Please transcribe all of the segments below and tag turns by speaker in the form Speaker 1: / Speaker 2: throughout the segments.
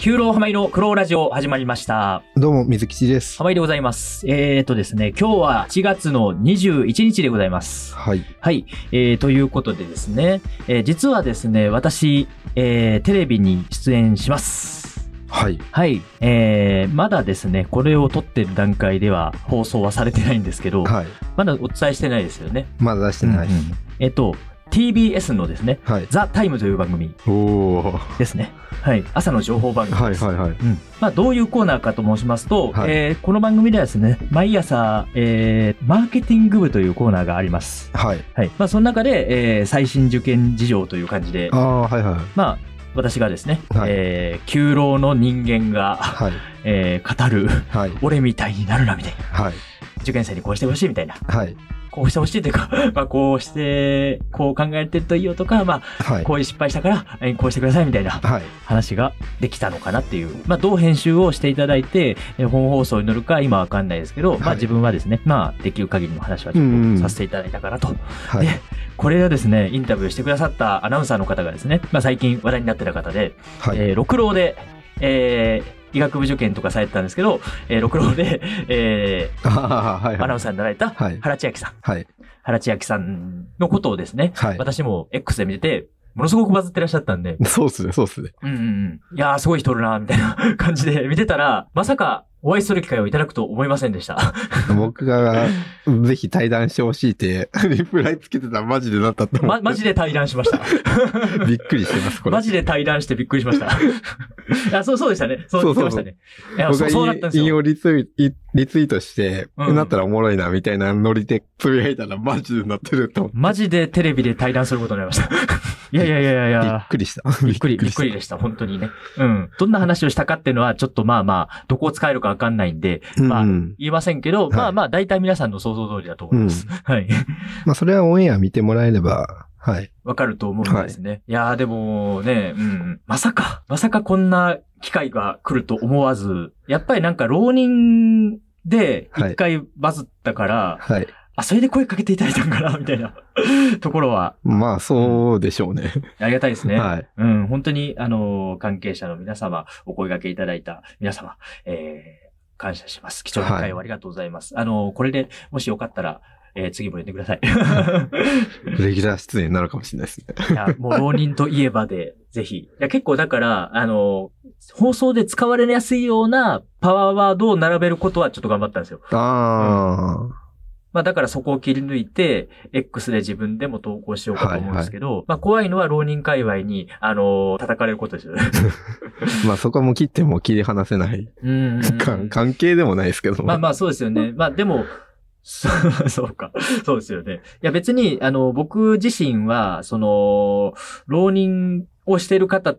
Speaker 1: 九郎浜井のクローラジオ始まりました。
Speaker 2: どうも、水吉です。
Speaker 1: 浜井でございます。えーとですね、今日は1月の21日でございます。
Speaker 2: はい。
Speaker 1: はい。えーということでですね、えー実はですね、私、えーテレビに出演します。
Speaker 2: はい。
Speaker 1: はい。えーまだですね、これを撮ってる段階では放送はされてないんですけど、
Speaker 2: はい。
Speaker 1: まだお伝えしてないですよね。
Speaker 2: まだ出してない。
Speaker 1: うんうんえっ、と、TBS のですね、
Speaker 2: はい。
Speaker 1: ザ・タイムという番組
Speaker 2: おお。は
Speaker 1: ですね。はい。朝の情報番
Speaker 2: い
Speaker 1: 組
Speaker 2: は
Speaker 1: で
Speaker 2: い
Speaker 1: す。
Speaker 2: はい。
Speaker 1: うんまあ、どういうコーナーかと申しますと、
Speaker 2: はい
Speaker 1: えーこの番組ではですね、毎朝、えーマーケティング部というコーナーがあります。
Speaker 2: はい。
Speaker 1: はい。まあ、その中で、えー最新受験事情という感じで
Speaker 2: あ、あ、はいはい。
Speaker 1: まあ、私がですね、
Speaker 2: はい
Speaker 1: えー旧老の人間が、
Speaker 2: はい。
Speaker 1: えー語る、
Speaker 2: はい。
Speaker 1: 俺みたいになるな、みたいな。
Speaker 2: はい。
Speaker 1: 受験生にこうしてほしいみたいな。
Speaker 2: はい。
Speaker 1: こうしてほしいというか、 まあ、こうして、こう考えてるといいよとか、ま
Speaker 2: は
Speaker 1: あ、
Speaker 2: い。
Speaker 1: こういう失敗したから、えーこうしてくださいみたいな。
Speaker 2: はい。
Speaker 1: 話ができたのかなっていう、まあ、どう編集をしていただいて、えー本放送に乗るか今わかんないですけど、まあ、
Speaker 2: はい
Speaker 1: 自分はですね、まあ、できる限りの話はちょ
Speaker 2: うんう
Speaker 1: っと
Speaker 2: ん
Speaker 1: させていただいたかなと。
Speaker 2: はい。
Speaker 1: で、これはですね、インタビューしてくださったアナウンサーの方がですね、まあ、最近話題になってた方で、
Speaker 2: はい。
Speaker 1: えー六郎で、えー医学部受験とかされてたんですけど、えー六郎で、え
Speaker 2: ああ、はい
Speaker 1: ーアナウ
Speaker 2: は
Speaker 1: ン
Speaker 2: い。
Speaker 1: サーになられた
Speaker 2: はい
Speaker 1: 原千秋さん、
Speaker 2: はい。
Speaker 1: 原千秋さんのことをですね、
Speaker 2: はい。
Speaker 1: 私も X で見てて、ものすごくバズってらっしゃったんで、
Speaker 2: そうっすね、そうっすね。
Speaker 1: うんうんうん。いやー、すごい人おるな、みたいな感じで見てたら、まさかお会いする機会をいただくと思いませんで した。
Speaker 2: 僕が、ぜひ対談してほしいって、 リプライつけてたらマジでなったと思う。
Speaker 1: ま、マジで対談しました。
Speaker 2: びっくりしてます、これ。
Speaker 1: マジで対談してびっくりしま した。いや、そう、そうでしたね。そう、
Speaker 2: そ
Speaker 1: 言
Speaker 2: う
Speaker 1: ってました
Speaker 2: そうそう
Speaker 1: ね。いや、
Speaker 2: 僕
Speaker 1: そ
Speaker 2: が
Speaker 1: う、そうだったんです
Speaker 2: 引
Speaker 1: よ。
Speaker 2: 用リツイリリツイートして、
Speaker 1: うん
Speaker 2: なったらおもろいな、みたいなノリでつぶやいたらマジでなってると思って。
Speaker 1: マジでテレビで対談することになりま した。いやいやいやいやい
Speaker 2: び
Speaker 1: や
Speaker 2: っ。くりした。び
Speaker 1: びっ くり、びっくりでした、本当にね。うん。どんな話をしたかっていうのは、ちょっとまあまあ、どこを使えるかわかんないんで、
Speaker 2: うん
Speaker 1: まあ
Speaker 2: うん
Speaker 1: 言えませんけど、
Speaker 2: い
Speaker 1: まあまあ、大体皆さんの想像通りだと思います。はい。
Speaker 2: まあ、それはオンエア見てもらえれば、はい。
Speaker 1: わかると思うんですね。い、やーでもね、うん、まさか、まさかこんな機会が来ると思わず、やっぱりなんか浪人で
Speaker 2: はい
Speaker 1: 一回バズったから、
Speaker 2: はい。
Speaker 1: あ、それで声かけていただいたんかな、みたいな ところは
Speaker 2: まあ、そうでしょうね。
Speaker 1: ありがたいですね。
Speaker 2: はい。
Speaker 1: うん、本当に、あのー関係者の皆様、お声掛けいただいた皆様、えー、感謝します。貴重な会話ありがとうございます。あのーこれでもしよかったら、えー次も呼んでください。
Speaker 2: レギュラー出演になるかもしれないですね。
Speaker 1: いや、もう浪人といえばで、ぜひ。いや、結構だから、あの、放送で使われやすいようなパワーワードを並べることはちょっと頑張ったんですよ。
Speaker 2: あ
Speaker 1: まあだからそこを切り抜いて、X で自分でも投稿しようかと思うんですけど、まあ怖いのは浪人界隈に、あの、叩かれることですよね。
Speaker 2: あ。まあ、そこはもう切っても切り離せない。
Speaker 1: うん
Speaker 2: か関係でもないですけど も。
Speaker 1: まあまあそうですよね。まあでも、 そうそうか。そうですよね。いや別に、あの、僕自身は、その、浪人をしている方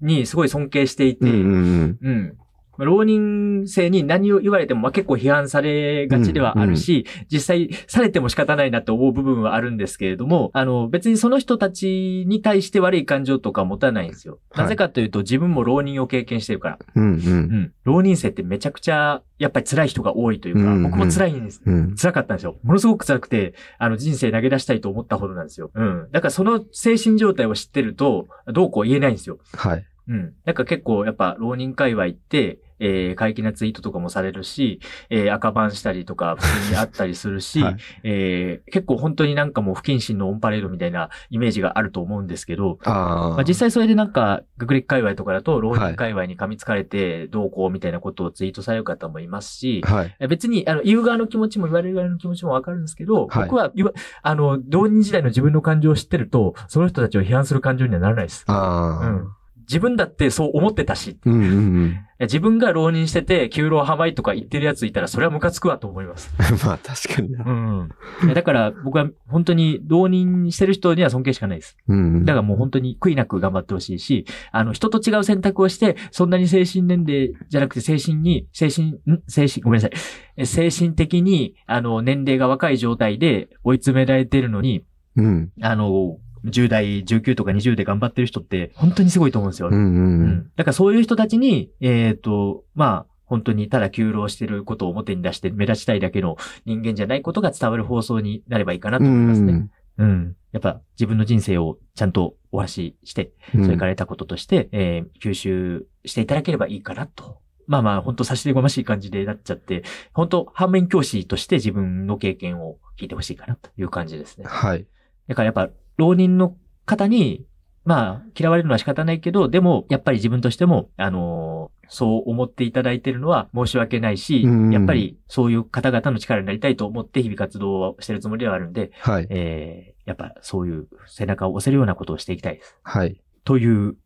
Speaker 1: にすごい尊敬していて、
Speaker 2: うんうん
Speaker 1: うん。まあ浪人生に何を言われても、まあ、結構批判されがちではあるし、実際されても仕方ないなと思う部分はあるんですけれども、あの、別にその人たちに対して悪い感情とか持たないんですよ。
Speaker 2: はい
Speaker 1: なぜかというと、自分も浪人を経験してるから。
Speaker 2: うん。うん
Speaker 1: う。
Speaker 2: うん
Speaker 1: 浪人生ってめちゃくちゃ、やっぱり辛い人が多いというか、
Speaker 2: うんうん
Speaker 1: 僕も辛いんです。
Speaker 2: ん。うん。
Speaker 1: 辛かったんですよ。ものすごく辛くて、あの人生投げ出したいと思ったほどなんですよ。うん。だからその精神状態を知ってると、どうこう言えないんですよ。
Speaker 2: はい。
Speaker 1: うん。なんか結構やっぱ浪人界隈って、えー、怪奇なツイートとかもされるし、えー、赤版したりとか、普通にあったりするし、
Speaker 2: はい
Speaker 1: えー、結構本当になんかもう不謹慎のオンパレードみたいなイメージがあると思うんですけど、
Speaker 2: ああ。
Speaker 1: まあ、実際それでなんか、学歴界隈とかだと、浪
Speaker 2: は
Speaker 1: 人
Speaker 2: い
Speaker 1: 界隈に噛みつかれて、どうこうみたいなことをツイートされる方もいますし、
Speaker 2: はい。
Speaker 1: 別に、あの、言う側の気持ちも言われる側の気持ちもわかるんですけど、
Speaker 2: はい
Speaker 1: 僕は言わ、あの、浪人時代の自分の感情を知ってると、その人たちを批判する感情にはならないです。
Speaker 2: ああ。
Speaker 1: うん自分だってそう思ってたし、
Speaker 2: うんうんうん。
Speaker 1: 自分が浪人してて、給老浜井とか言ってるやついたら、それはムカつくわと思います。
Speaker 2: まあ、確かにな。
Speaker 1: ん。だから、僕は本当に浪人してる人には尊敬しかないです。
Speaker 2: うんうん。
Speaker 1: だからもう本当に悔いなく頑張ってほしいし、あの、人と違う選択をして、そんなに精神年齢じゃなくて精神に、精神、ん精神、ごめんなさい。え精神的に、あの、年齢が若い状態で追い詰められてるのに、
Speaker 2: うん。
Speaker 1: あの、10代、19とか20で頑張ってる人って、本当にすごいと思うんですよ。
Speaker 2: うんうんうん。
Speaker 1: だからそういう人たちに、えっ、と、まあ、本当にただ休老してることを表に出して目立ちたいだけの人間じゃないことが伝わる放送になればいいかなと
Speaker 2: う
Speaker 1: 思い
Speaker 2: ん
Speaker 1: ます
Speaker 2: う
Speaker 1: ね。
Speaker 2: ん。
Speaker 1: うん。やっぱ自分の人生をちゃんとお話しして、
Speaker 2: うん
Speaker 1: それから得たこととして、えー吸収していただければいいかなと。まあまあ、本当差し出がましい感じでなっちゃって、本当反面教師として自分の経験を聞いてほしいかなという感じですね。
Speaker 2: はい。
Speaker 1: だからやっぱ、浪人の方に、まあ、嫌われるのは仕方ないけど、でも、やっぱり自分としても、あのーそう思っていただいてるのは申し訳ないし
Speaker 2: うん、
Speaker 1: やっぱりそういう方々の力になりたいと思って日々活動をしてるつもりではあるんで、
Speaker 2: はい。
Speaker 1: えーやっぱそういう背中を押せるようなことをしていきたいです。
Speaker 2: はい。
Speaker 1: という、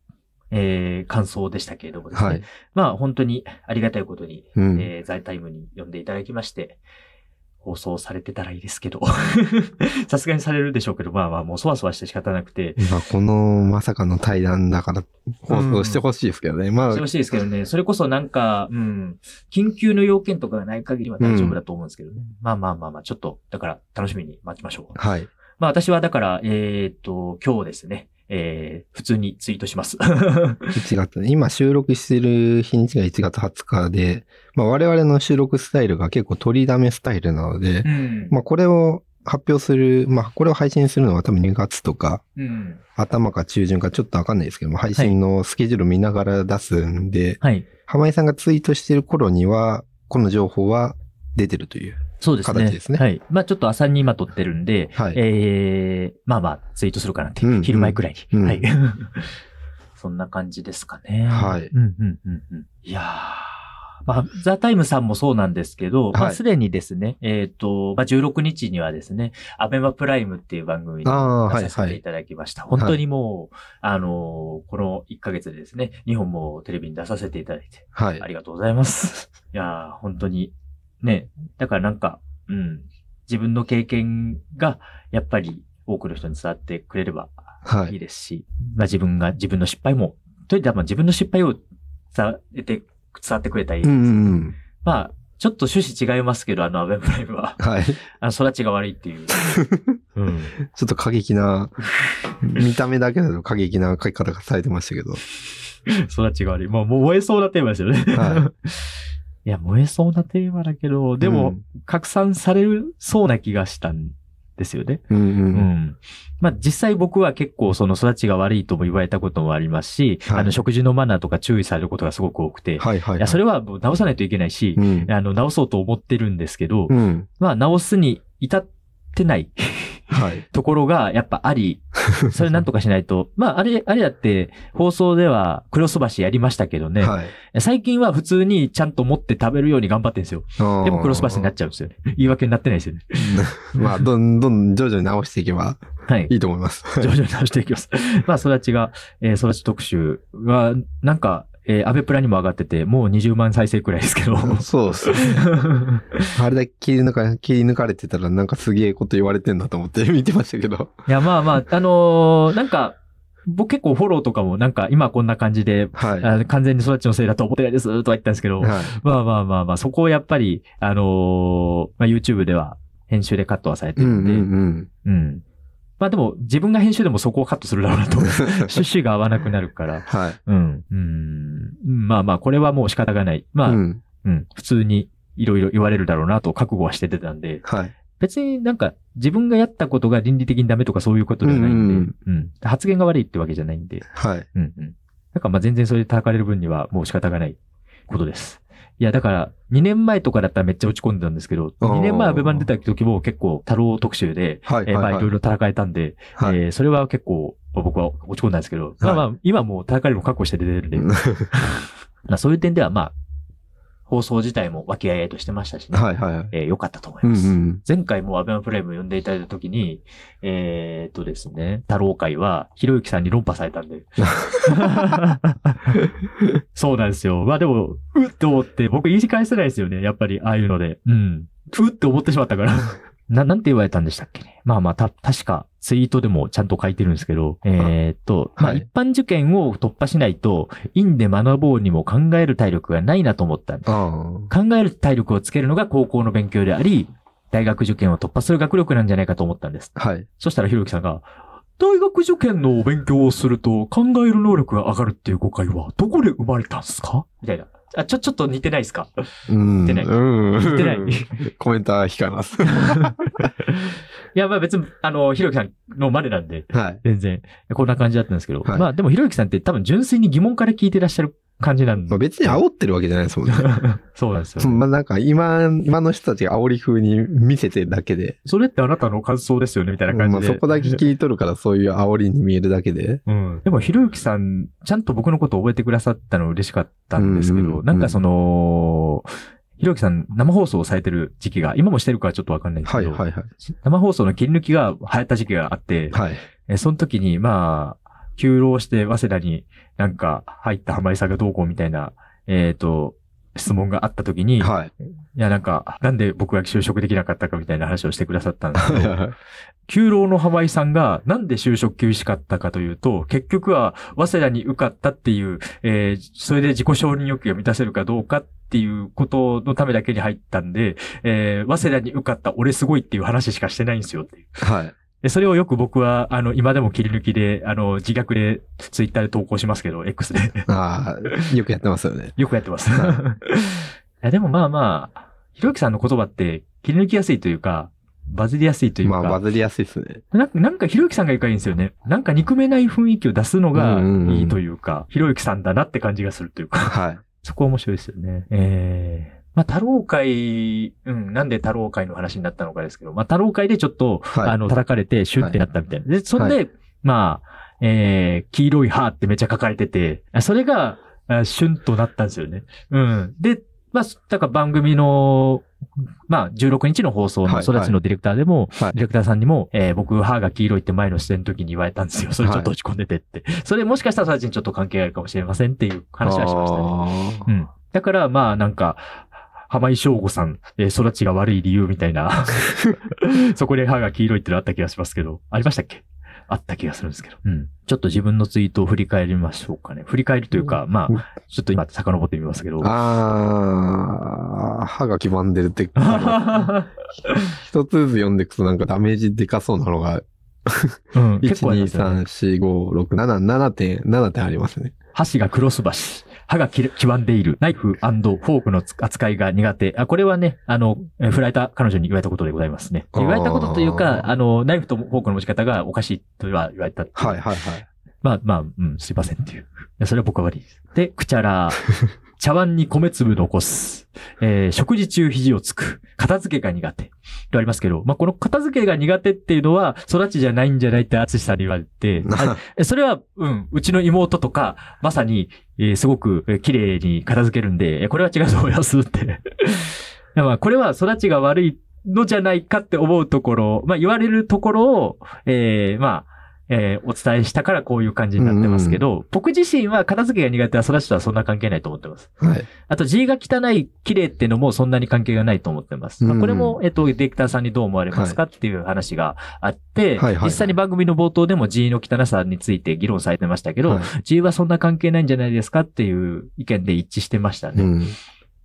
Speaker 1: えー感想でしたけれどもですね。
Speaker 2: はい。
Speaker 1: まあ、本当にありがたいことに、
Speaker 2: うん。
Speaker 1: えーザイタイムに呼んでいただきまして、放送されてたらいいですけど。 さすがにされるでしょうけど、まあまあ、もうそわそわして仕方なくて。
Speaker 2: まあ、このまさかの対談だから放送してほしいですけどね。まあ
Speaker 1: して、ほしいですけどね、それこそなんか、うん、緊急の要件とかがない限りは大丈夫だと思うんですけどね。まあまあまあまあ、ちょっと、だから楽しみに待ちましょう。
Speaker 2: はい。
Speaker 1: まあ私はだから、えーっと、今日ですね、えー、普通にツイートします。
Speaker 2: 1月ね。今収録してる日にちが1月20日で、まあ、我々の収録スタイルが結構取りだめスタイルなので、
Speaker 1: うん。
Speaker 2: まあ、これを発表する、まあ、これを配信するのは多分2月とか、
Speaker 1: うん。
Speaker 2: 頭か中旬かちょっとわかんないですけども、配信のスケジュール見ながら出すんで、
Speaker 1: はい。
Speaker 2: 浜井さんがツイートしてる頃には、この情報は出てるという。
Speaker 1: そうですね。
Speaker 2: 形ですね
Speaker 1: はい。まあちょっと朝に今撮ってるんで、
Speaker 2: はい
Speaker 1: えー、まあまあツイートするかなって、
Speaker 2: うん
Speaker 1: 昼前くらいに。
Speaker 2: うん
Speaker 1: はい。 そんな感じですかね。
Speaker 2: はい
Speaker 1: うんうんうんうん。いやー。まあ、ザ・タイムさんもそうなんですけど、ま
Speaker 2: は
Speaker 1: あ、
Speaker 2: い
Speaker 1: すでにですね、えっ、と、まあ、16日にはですね、アベマプライムっていう番組に
Speaker 2: ああ、は
Speaker 1: 出
Speaker 2: い、
Speaker 1: させ
Speaker 2: は
Speaker 1: てい
Speaker 2: い。
Speaker 1: ただきました。本当にもう、あのーこの1ヶ月でですね、日本もテレビに出させていただいて、
Speaker 2: はい
Speaker 1: あ。りがとうござい ます。いやー本当に。ね。だからなんか、うん。自分の経験が、やっぱり多くの人に伝わってくれれば
Speaker 2: はいい。
Speaker 1: いですし、まあ自分が、自分の失敗も、とにかくまあ自分の失敗を伝えて、伝わってくれたらいいで
Speaker 2: う
Speaker 1: す
Speaker 2: ん
Speaker 1: よね、
Speaker 2: うんうん。
Speaker 1: まあ、ちょっと趣旨違いますけど、あの、アベブライブ は、
Speaker 2: はい。
Speaker 1: あの、育ちが悪いって いう。うん。
Speaker 2: ちょっと過 激な、見た目だけだと過激な書き方がされてましたけど。
Speaker 1: 育ちが悪い。もう、もう燃えそうなテーマですよね。、
Speaker 2: は い
Speaker 1: や、燃えそうなテーマだけど、でも、拡散されるそうな気がしたんですよね。
Speaker 2: うん、うんう
Speaker 1: うんん。まあ、実際僕は結構その育ちが悪いとも言われたこともありますし、
Speaker 2: はい
Speaker 1: あの食事のマナーとか注意されることがすごく多くて、
Speaker 2: はいはいい。
Speaker 1: や、それはもう直さないといけないし
Speaker 2: う、ん。
Speaker 1: あの、直そうと思ってるんですけど
Speaker 2: う、ん。
Speaker 1: まあ、直すに至ってない
Speaker 2: はい。
Speaker 1: ところがやっぱあ り、それなんとかしないと、 まあ、あれ、あれだって放送ではクロス橋やりましたけどね、
Speaker 2: はい。
Speaker 1: 最近は普通にちゃんと持って食べるように頑張ってるんですよ。で
Speaker 2: で
Speaker 1: もクロス橋になっちゃうんですよね。 言い訳になってないですよね。
Speaker 2: まあ、どんどん徐々に直していけば
Speaker 1: はい
Speaker 2: い。いと思います。
Speaker 1: 徐々に直していきます。 まあ、育ちが、えー育ち特集は、なんか、えー、アベプラにも上がってて、もう20万再生くらいですけ ど。
Speaker 2: そうっす。あれだけ切り抜か、切り抜かれてたらなんかすげえこと言われてんだと思って見てましたけど。
Speaker 1: いや、まあまあ、あのーなんか、僕結構フォローとかも、なんか、今こんな感じで、
Speaker 2: はい。は
Speaker 1: あ完全に育ちのせいだと思ってないです、とは言ったんですけど、
Speaker 2: い。
Speaker 1: まあまあまあまあ、そこをやっぱり、あのーまあ、YouTube では、編集でカットはされて
Speaker 2: う
Speaker 1: るん
Speaker 2: んう
Speaker 1: で、
Speaker 2: んうん。
Speaker 1: うん。まあでも、自分が編集でもそこをカットするだろう なと。趣旨が合わなくなるから。
Speaker 2: はい。
Speaker 1: うん。うん。まあまあ、これはもう仕方がない。まあ、う、
Speaker 2: うんん。
Speaker 1: 普通にいろいろ言われるだろうなと覚悟はしててたんで、
Speaker 2: はい。
Speaker 1: 別になんか自分がやったことが倫理的にダメとかそういうことじゃないんで、
Speaker 2: う
Speaker 1: うんん、発言が悪いってわけじゃないんで、
Speaker 2: はい。
Speaker 1: うんうん。だからまあ全然それで叩かれる分にはもう仕方がないことです。いや、だから、2年前とかだったらめっちゃ落ち込んでたんですけど、
Speaker 2: あー
Speaker 1: 2年前アベマに出た時も結構太郎特集で、
Speaker 2: はい。
Speaker 1: えーまあ
Speaker 2: はいい。
Speaker 1: ろいろ叩かれたんで、
Speaker 2: はい。
Speaker 1: えーそれは結構、まあ僕は落ち込んだんですけど、まあまあ、今もう高いも確保して出て るんで、まあそういう点ではまあ、放送自体も和気あいあいとしてましたしね、
Speaker 2: はい。はい。
Speaker 1: えー良かったと思いうま
Speaker 2: ん
Speaker 1: す。
Speaker 2: うん。
Speaker 1: 前回もアベマプライム呼んでいただいたときに、えーっとですね、太郎会は、ひろゆきさんに論破されたん で。そうなんですよ。まあでも、うっと思って、僕言い返せないですよね。やっぱり、ああいうので。うん。うって思ってしまったから。 な、なんて言われたんでしたっけね。まあまあ、た、確か、ツイートでもちゃんと書いてるんですけど、えーっと、まあ
Speaker 2: はい
Speaker 1: 一般受験を突破しないと、院で学ぼうにも考える体力がないなと思ったんで
Speaker 2: あ
Speaker 1: 考える体力をつけるのが高校の勉強であり、大学受験を突破する学力なんじゃないかと思ったんです。
Speaker 2: あ。はい。
Speaker 1: そしたらひろゆきさんが、大学受験の勉強をすると考える能力が上がるっていう誤解はどこで生まれたんすかみたいな。あ、ちょ、ちょっと似てないですか
Speaker 2: う
Speaker 1: 言
Speaker 2: ん。
Speaker 1: ってない
Speaker 2: うん。
Speaker 1: 似てない。い
Speaker 2: コメントは引かます。
Speaker 1: や、まあ別に、あの、ひろゆきさんのまでなんで、
Speaker 2: はい。
Speaker 1: 全然、こんな感じだったんですけど、
Speaker 2: はい
Speaker 1: まあでも、ひろゆきさんって多分純粋に疑問から聞いてらっしゃる感じなん
Speaker 2: ま
Speaker 1: で
Speaker 2: あ、、別に煽ってるわけじゃないですもんね。
Speaker 1: そうなんですよ。
Speaker 2: まあなんか今、今の人たちが煽り風に見せてるだけで、
Speaker 1: それってあなたの感想ですよね、みたいな感じ
Speaker 2: まあ
Speaker 1: で。
Speaker 2: そこだけ切り取るからそういう煽りに見えるだけで、
Speaker 1: うん。でも、ひろゆきさん、ちゃんと僕のことを覚えてくださったの嬉しかったんですけ
Speaker 2: うんうんう
Speaker 1: ど、
Speaker 2: ん
Speaker 1: なんかその、ひろゆきさん生放送をされてる時期が、今もしてるかはちょっとわかんないんです
Speaker 2: は
Speaker 1: け
Speaker 2: い
Speaker 1: ど、
Speaker 2: はいは
Speaker 1: 生放送の切り抜きが流行った時期があって
Speaker 2: い。、はい。
Speaker 1: えその時に、まあ、休労して早稲田になんか入った浜井さんがどうこうみたいな、えっ、と、質問があった時に、
Speaker 2: はい。
Speaker 1: いや、なんか、なんで僕が就職できなかったかみたいな話をしてくださったん ですけど、
Speaker 2: は
Speaker 1: 旧老の浜井さんがなんで就職休止かったかというと、結局は早稲田に受かったっていう、えーそれで自己承認欲求が満たせるかどうかっていうことのためだけに入ったんで、えー早稲田に受かった俺すごいっていう話しかしてないんですよっていう。
Speaker 2: い。
Speaker 1: でそれをよく僕は、あの、今でも切り抜きで、あの、自虐でツイッターで投稿しますけど、X で。
Speaker 2: ああ、よくやってますよね。
Speaker 1: よくやって ます。いやでもまあまあ、ひろゆきさんの言葉って切り抜きやすいというか、バズりやすいという
Speaker 2: ま
Speaker 1: か、
Speaker 2: あバズりやすいですね。
Speaker 1: なんか、なんかひろゆきさんがいいからいいんですよね。なんか憎めない雰囲気を出すのがいいというか、ひろゆきさんだなって感じがするというか、
Speaker 2: はい。
Speaker 1: そこ面白いですよね。えーまあ、太郎会、うん、なんで太郎会の話になったのかですけど、まあ、太郎会でちょっと、
Speaker 2: はい
Speaker 1: あの、叩かれて、シュッてなったみたいな。で、そんで、まあ、えー黄色い歯ってめっちゃ書かれてて、あそれが、あシュンとなったんですよね。うん。で、まあ、だから番組の、まあ、16日の放送の
Speaker 2: はい
Speaker 1: 育ちのディレクターでも、
Speaker 2: はい
Speaker 1: ディレクターさんにも、えー僕、歯が黄色いって前の視点の時に言われたんですよ。それちょっと落ち込んでてって。それもしかしたらそれにちょっと関係あるかもしれませんっていう話はしましたね。
Speaker 2: あ
Speaker 1: う
Speaker 2: ー
Speaker 1: ん。だから、まあ、なんか、浜井翔吾さん、えー育ちが悪い理由みたい な、そこで歯が黄色いってのあった気がしますけど、ありましたっけあった気がするんですけど。うん。ちょっと自分のツイートを振り返りましょうかね。振り返るというか、ま
Speaker 2: うん
Speaker 1: あ、ちょっと今遡ってみますけど。
Speaker 2: あー、歯が黄ばんでるって、一つずつ読んでいくとなんかダメージでかそうなのが、
Speaker 1: うん、
Speaker 2: 1、
Speaker 1: 結構あり
Speaker 2: 2、
Speaker 1: ますよね。
Speaker 2: 3、4、5、6、7、7点、7点ありますね。
Speaker 1: 箸がクロス箸。歯がき黄ばんでいる。ナイフフォークのつ扱いが苦手。あ、これはね、あの、えー振られた彼女に言われたことでございますね。
Speaker 2: あー
Speaker 1: 言われたことというか、あの、ナイフとフォークの持ち方がおかしいとは言われた。
Speaker 2: はいはいはい。
Speaker 1: まあまあ、うん、すいませんっていう。いやそれは僕は悪いです。で、くちゃら、茶碗に米粒残す。えー食事中肘をつく。片付けが苦手。とありますけど、まあ、この片付けが苦手っていうのは、育ちじゃないんじゃないって淳さんに言われて、あえそれは、うん、うちの妹とか、まさに、えーすごくえー綺麗に片付けるんで、えこれは違うと思いますって。 まあ、これは育ちが悪いのじゃないかって思うところ、まあ、言われるところを、えーまあ、えーお伝えしたからこういう感じになってますけど、僕自身は片付けが苦手は育ちとはそんな関係ないと思ってます。
Speaker 2: はい。
Speaker 1: あと字が汚い、綺麗ってのもそんなに関係がないと思ってます。まあ
Speaker 2: うん
Speaker 1: これも、えっと、ディレクターさんにどう思われますかっていう話があって、
Speaker 2: いはいはい
Speaker 1: 実際に番組の冒頭でも字の汚さについて議論されてましたけど、
Speaker 2: はい
Speaker 1: 字はそんな関係ないんじゃないですかっていう意見で一致してましたね。
Speaker 2: うん。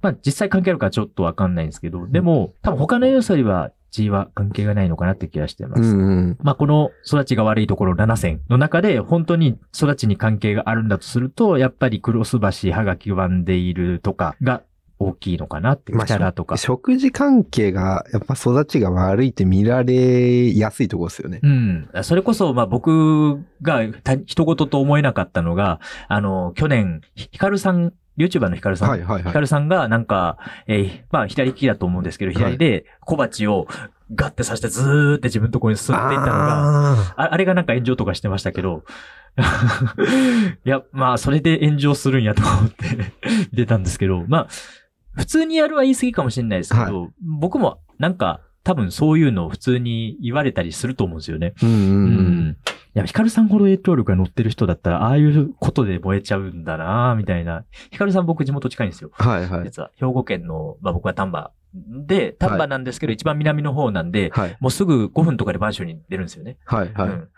Speaker 1: まあ実際関係あるかちょっとわかんないんですけど、でも多分他の要素よりは字は関係がないのかなって気がしてま
Speaker 2: う
Speaker 1: す。
Speaker 2: んうん。
Speaker 1: まあ、この育ちが悪いところ7選の中で、本当に育ちに関係があるんだとすると、やっぱりクロス橋、歯が黄ばんでいるとかが大きいのかなって、
Speaker 2: ま
Speaker 1: キ
Speaker 2: あ
Speaker 1: ャラとか。
Speaker 2: 食事関係が、やっぱ育ちが悪いって見られやすいとこですよね。
Speaker 1: うん。それこそ、まあ、僕がた人事と思えなかったのが、あの、去年、ヒカルさん、YouTuber のヒカルさん、
Speaker 2: はいはい
Speaker 1: ヒ
Speaker 2: は
Speaker 1: カ
Speaker 2: い。
Speaker 1: ルさんがなんか、えーまあ左利きだと思うんですけど、左で小鉢をガッて刺してずーって自分のところに進っていったのが、
Speaker 2: あ
Speaker 1: ああれがなんか炎上とかしてましたけど、 いや、まあ、それで炎上するんやと思って出たんですけど、まあ、普通にやるは言い過ぎかもしれないですけど、僕もなんか多分そういうのを普通に言われたりすると思うんですよね。
Speaker 2: ーうん
Speaker 1: う
Speaker 2: うん
Speaker 1: ん。いや、ヒカルさんほど影響力が乗ってる人だったら、ああいうことで燃えちゃうんだなぁみたいな。ヒカルさん僕地元近いんですよ。
Speaker 2: うん。はいはい。
Speaker 1: 実は、兵庫県の、まあ僕は丹波で、丹波なんですけど、一番南の方なんで、
Speaker 2: はい
Speaker 1: もうすぐ5分とかで満州に出るんですよね。
Speaker 2: はいは
Speaker 1: う
Speaker 2: い。
Speaker 1: ん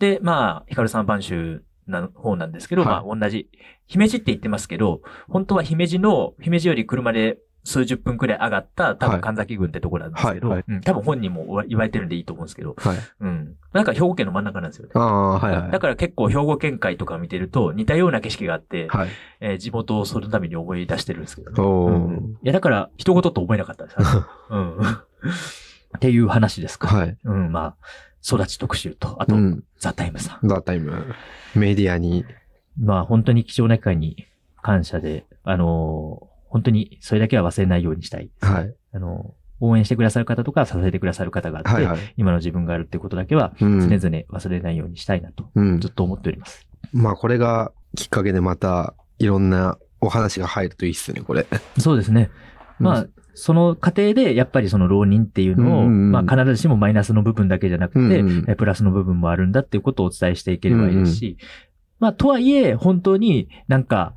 Speaker 1: で、まあ、ヒカルさんは播州の方なんですけど、
Speaker 2: はい
Speaker 1: まあ、同じ。姫路って言ってますけど、本当は姫路の、姫路より車で数十分くらい上がった、多
Speaker 2: は
Speaker 1: 分
Speaker 2: い
Speaker 1: 神崎郡ってところなんですけど、
Speaker 2: はいは
Speaker 1: うん多分本人も言われてるんでいいと思うんですけど、
Speaker 2: はい。
Speaker 1: うん。なんか兵庫県の真ん中なんですよね。
Speaker 2: ああ、はいはい。
Speaker 1: だから結構兵庫県会とか見てると似たような景色があって、
Speaker 2: はい。
Speaker 1: えー地元をそのために思い出してるんですけどね。
Speaker 2: お
Speaker 1: うん
Speaker 2: ー
Speaker 1: うんいや、だから、人 事と思えなかったんです。あのうん。っていう話ですか。
Speaker 2: はい。
Speaker 1: うん、まあ、育ち特集と、あ
Speaker 2: う
Speaker 1: と、
Speaker 2: ん。
Speaker 1: ザ・タイムさん。
Speaker 2: ザ・タイム。メディアに。
Speaker 1: まあ本当に貴重な機会に感謝で、あのー本当にそれだけは忘れないようにしたい。
Speaker 2: はい。
Speaker 1: あのー応援してくださる方とか支えてくださる方があって、
Speaker 2: はいはい。
Speaker 1: 今の自分があるってことだけは
Speaker 2: う
Speaker 1: 常
Speaker 2: ん。
Speaker 1: 々忘れないようにしたいなと、
Speaker 2: うん
Speaker 1: ずっ。と思っております。
Speaker 2: まあこれがきっかけでまたいろんなお話が入るといいっすね、これ。
Speaker 1: そうですね。まあ、その過程でやっぱりその浪人っていうのを、
Speaker 2: うんうんうん
Speaker 1: まあ必ずしもマイナスの部分だけじゃなくて、
Speaker 2: うんうん
Speaker 1: えプラスの部分もあるんだっていうことをお伝えしていければいいですし、まあとはいえ本当になんか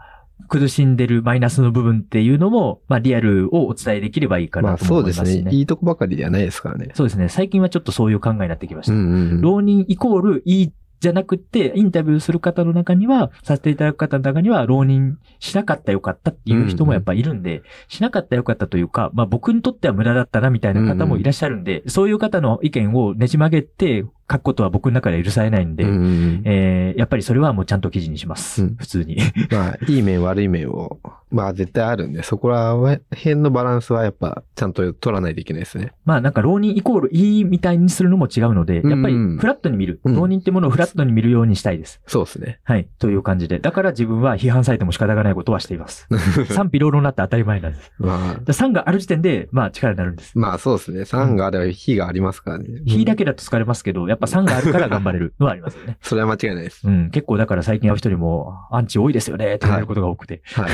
Speaker 1: 苦しんでるマイナスの部分っていうのも、まあリアルをお伝えできればいいか
Speaker 2: ま
Speaker 1: な
Speaker 2: あ
Speaker 1: とも
Speaker 2: そう
Speaker 1: 思
Speaker 2: で
Speaker 1: い
Speaker 2: す
Speaker 1: ますし
Speaker 2: ね。
Speaker 1: ね。
Speaker 2: いいとこばかりではないですからね。
Speaker 1: そうですね。最近はちょっとそういう考えになってきまし
Speaker 2: う
Speaker 1: た。
Speaker 2: んうんうん。
Speaker 1: 浪人イコールいいじゃなくて、インタビューする方の中には、させていただく方の中には、浪人しなかったよかったっていう人もやっぱいるんで、しなかったよかったというか、まあ僕にとっては無駄だったなみたいな方もいらっしゃるんで、そういう方の意見をねじ曲げて書くことは僕の中では許されないんで、
Speaker 2: うんうんうん
Speaker 1: えーやっぱりそれはもうちゃんと記事にします。
Speaker 2: うん
Speaker 1: 普通に。
Speaker 2: まあいい面悪い面を、まあ絶対あるんで、そこら辺のバランスはやっぱちゃんと取らないといけないですね。
Speaker 1: まあなんか浪人イコールいいみたいにするのも違うので、やっぱり
Speaker 2: うん
Speaker 1: フラットに見る。
Speaker 2: うん
Speaker 1: 浪人ってものをフラットに見るようにしたいです。
Speaker 2: そうですね。
Speaker 1: はい。という感じで。だから自分は批判されても仕方がないことはしています。 賛否両論なって当たり前なんです。
Speaker 2: まあ、
Speaker 1: だ3がある時点で、まあ力になるんです。
Speaker 2: まあそうですね。3があれば火がありますからね。。
Speaker 1: 火だけだと疲れますけど、やっぱ3があるから頑張れるのはありますよね
Speaker 2: それは間違いないです。
Speaker 1: うん、結構だから最近会う人にも、アンチ多いですよね、って言われることが多くて。
Speaker 2: は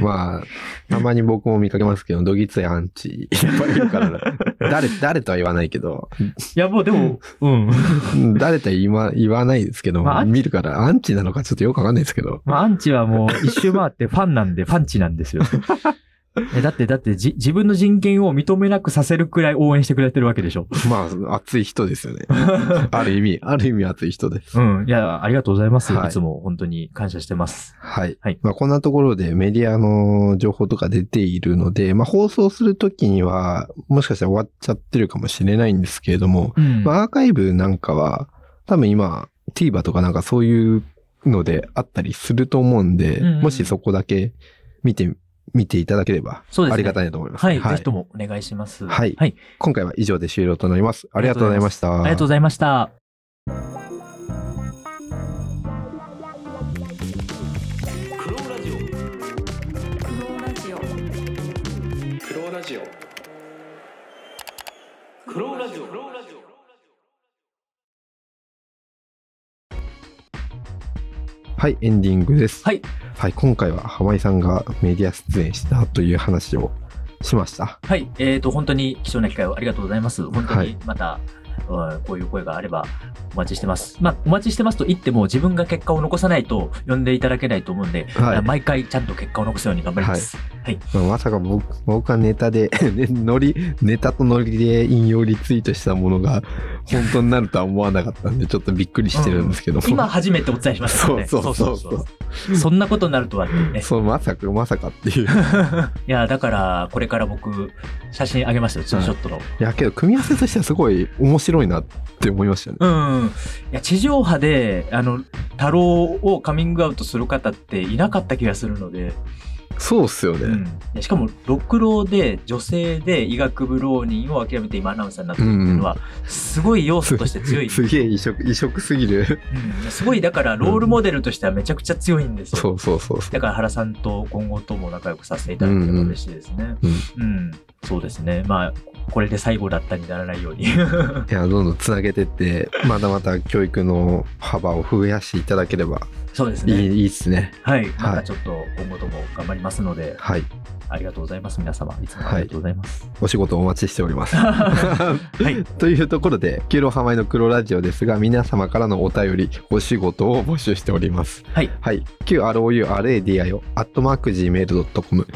Speaker 2: い。まあ、たまに僕も見かけますけど、どぎついアンチ、やっぱりいるからな、誰、誰とは言わないけど、
Speaker 1: い、や、もうでも、うん。
Speaker 2: うん 誰とは言わ言わないですけど、
Speaker 1: まあアン
Speaker 2: 見るから、アンチなのかちょっとよくわかんないですけど。
Speaker 1: まあ、アンチはもう一周回ってファンなんで、ファンチなんですよ。えだって、だってじ、自分の人権を認めなくさせるくらい応援してくれてるわけでし ょ。
Speaker 2: まあ、熱い人です よね。ある意味、ある意味熱い人です。
Speaker 1: うん。いや、ありがとうございます。
Speaker 2: はい
Speaker 1: いつも本当に感謝してます。
Speaker 2: はい。
Speaker 1: はい
Speaker 2: まあ、こんなところでメディアの情報とか出ているので、まあ、放送するときには、もしかしたら終わっちゃってるかもしれないんですけれども、
Speaker 1: うん。
Speaker 2: まあ、アーカイブなんかは、多分今、TVer とかなんかそういうのであったりすると思うんで、
Speaker 1: うんうん
Speaker 2: もしそこだけ見て、見ていただければ、
Speaker 1: そうですね
Speaker 2: ありがたいなと思います。
Speaker 1: はい、ぜひともお願いします。
Speaker 2: はい
Speaker 1: はい。
Speaker 2: 今回は以上で終了となります。ありがとうございました。
Speaker 1: ありがとうございました。
Speaker 3: クローラジオクローラジオクローラジオ
Speaker 2: はい、エンディングです。
Speaker 1: はい。
Speaker 2: はい、今回は浜井さんがメディア出演したという話をしました。
Speaker 1: はい、えー、と、本当に貴重な機会をありがとうございます。本当
Speaker 2: はい
Speaker 1: にまた、うんこういう声があればお待ちしてます。まあ、お待ちしてますと言っても、自分が結果を残さないと呼んでいただけないと思うんで、
Speaker 2: はい
Speaker 1: 毎回ちゃんと結果を残すように頑張ります。はい。
Speaker 2: まあまさか僕僕はネタで、 ね、ノリ、ネタとノリで引用リツイートしたものが本当になるとは思わなかったんで、ちょっとびっくりしてるんですけども。
Speaker 1: 今初めてお伝えしましたからね。
Speaker 2: そうそうそうそう
Speaker 1: そうそんなことになるとはって いうね。
Speaker 2: そう、まさかまさかっていう。
Speaker 1: いや、だから、これから僕、写真あげますよ、ツーショットの。
Speaker 2: いや、けど、組み合わせとしてはすごい面白いなって思いましたね。
Speaker 1: うん。いや、地上波で、あの、太郎をカミングアウトする方っていなかった気がするので、
Speaker 2: そうっすよ
Speaker 1: う
Speaker 2: ね。
Speaker 1: んでしかも、ろくろで女性で医学部浪人を諦めて今アナウンサーになってるっていうのは、すごい要素として強い。
Speaker 2: すげえ異色、異色すぎる。
Speaker 1: うんすごい、だから、ロールモデルとしてはめちゃくちゃ強いんですよ。
Speaker 2: そうそうそうそう。
Speaker 1: だから原さんと今後とも仲良くさせていただければ嬉しいですね。うん、そうですね。まあ、これで最後だったにならないように。
Speaker 2: いや、どんどんつなげてって、まだまた教育の幅を増やしていただければ
Speaker 1: そうです
Speaker 2: いい,、
Speaker 1: ね。
Speaker 2: いいっすね。
Speaker 1: はい。またちょっと今後とも頑張りますので、
Speaker 2: はい。
Speaker 1: ありがとうございます。皆様、いつもありがとうございます。
Speaker 2: お仕事お待ちしております。
Speaker 1: はい。
Speaker 2: というところで、キュロハマイの黒ラジオですが、皆様からのお便り、お仕事を募集しております。
Speaker 1: はい。
Speaker 2: はい。QROURADIO、アットマーク Gmail.com。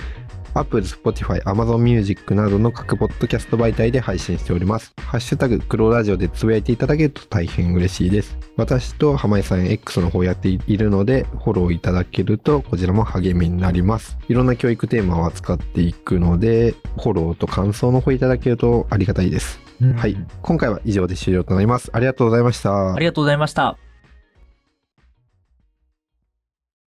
Speaker 2: Apple、Spotify、Amazon Music などの各ポッドキャスト媒体で配信しております。ハッシュタグ、黒ラジオでつぶやいていただけると大変嬉しいです。私と濱井さん X の方やっているので、フォローいただけると、こちらも励みになります。いろんな教育テーマを扱っていくので、フォローと感想の方いただけるとありがたいです。
Speaker 1: うん
Speaker 2: はい。今回は以上で終了となります。ありがとうございました。
Speaker 1: ありがとうございました。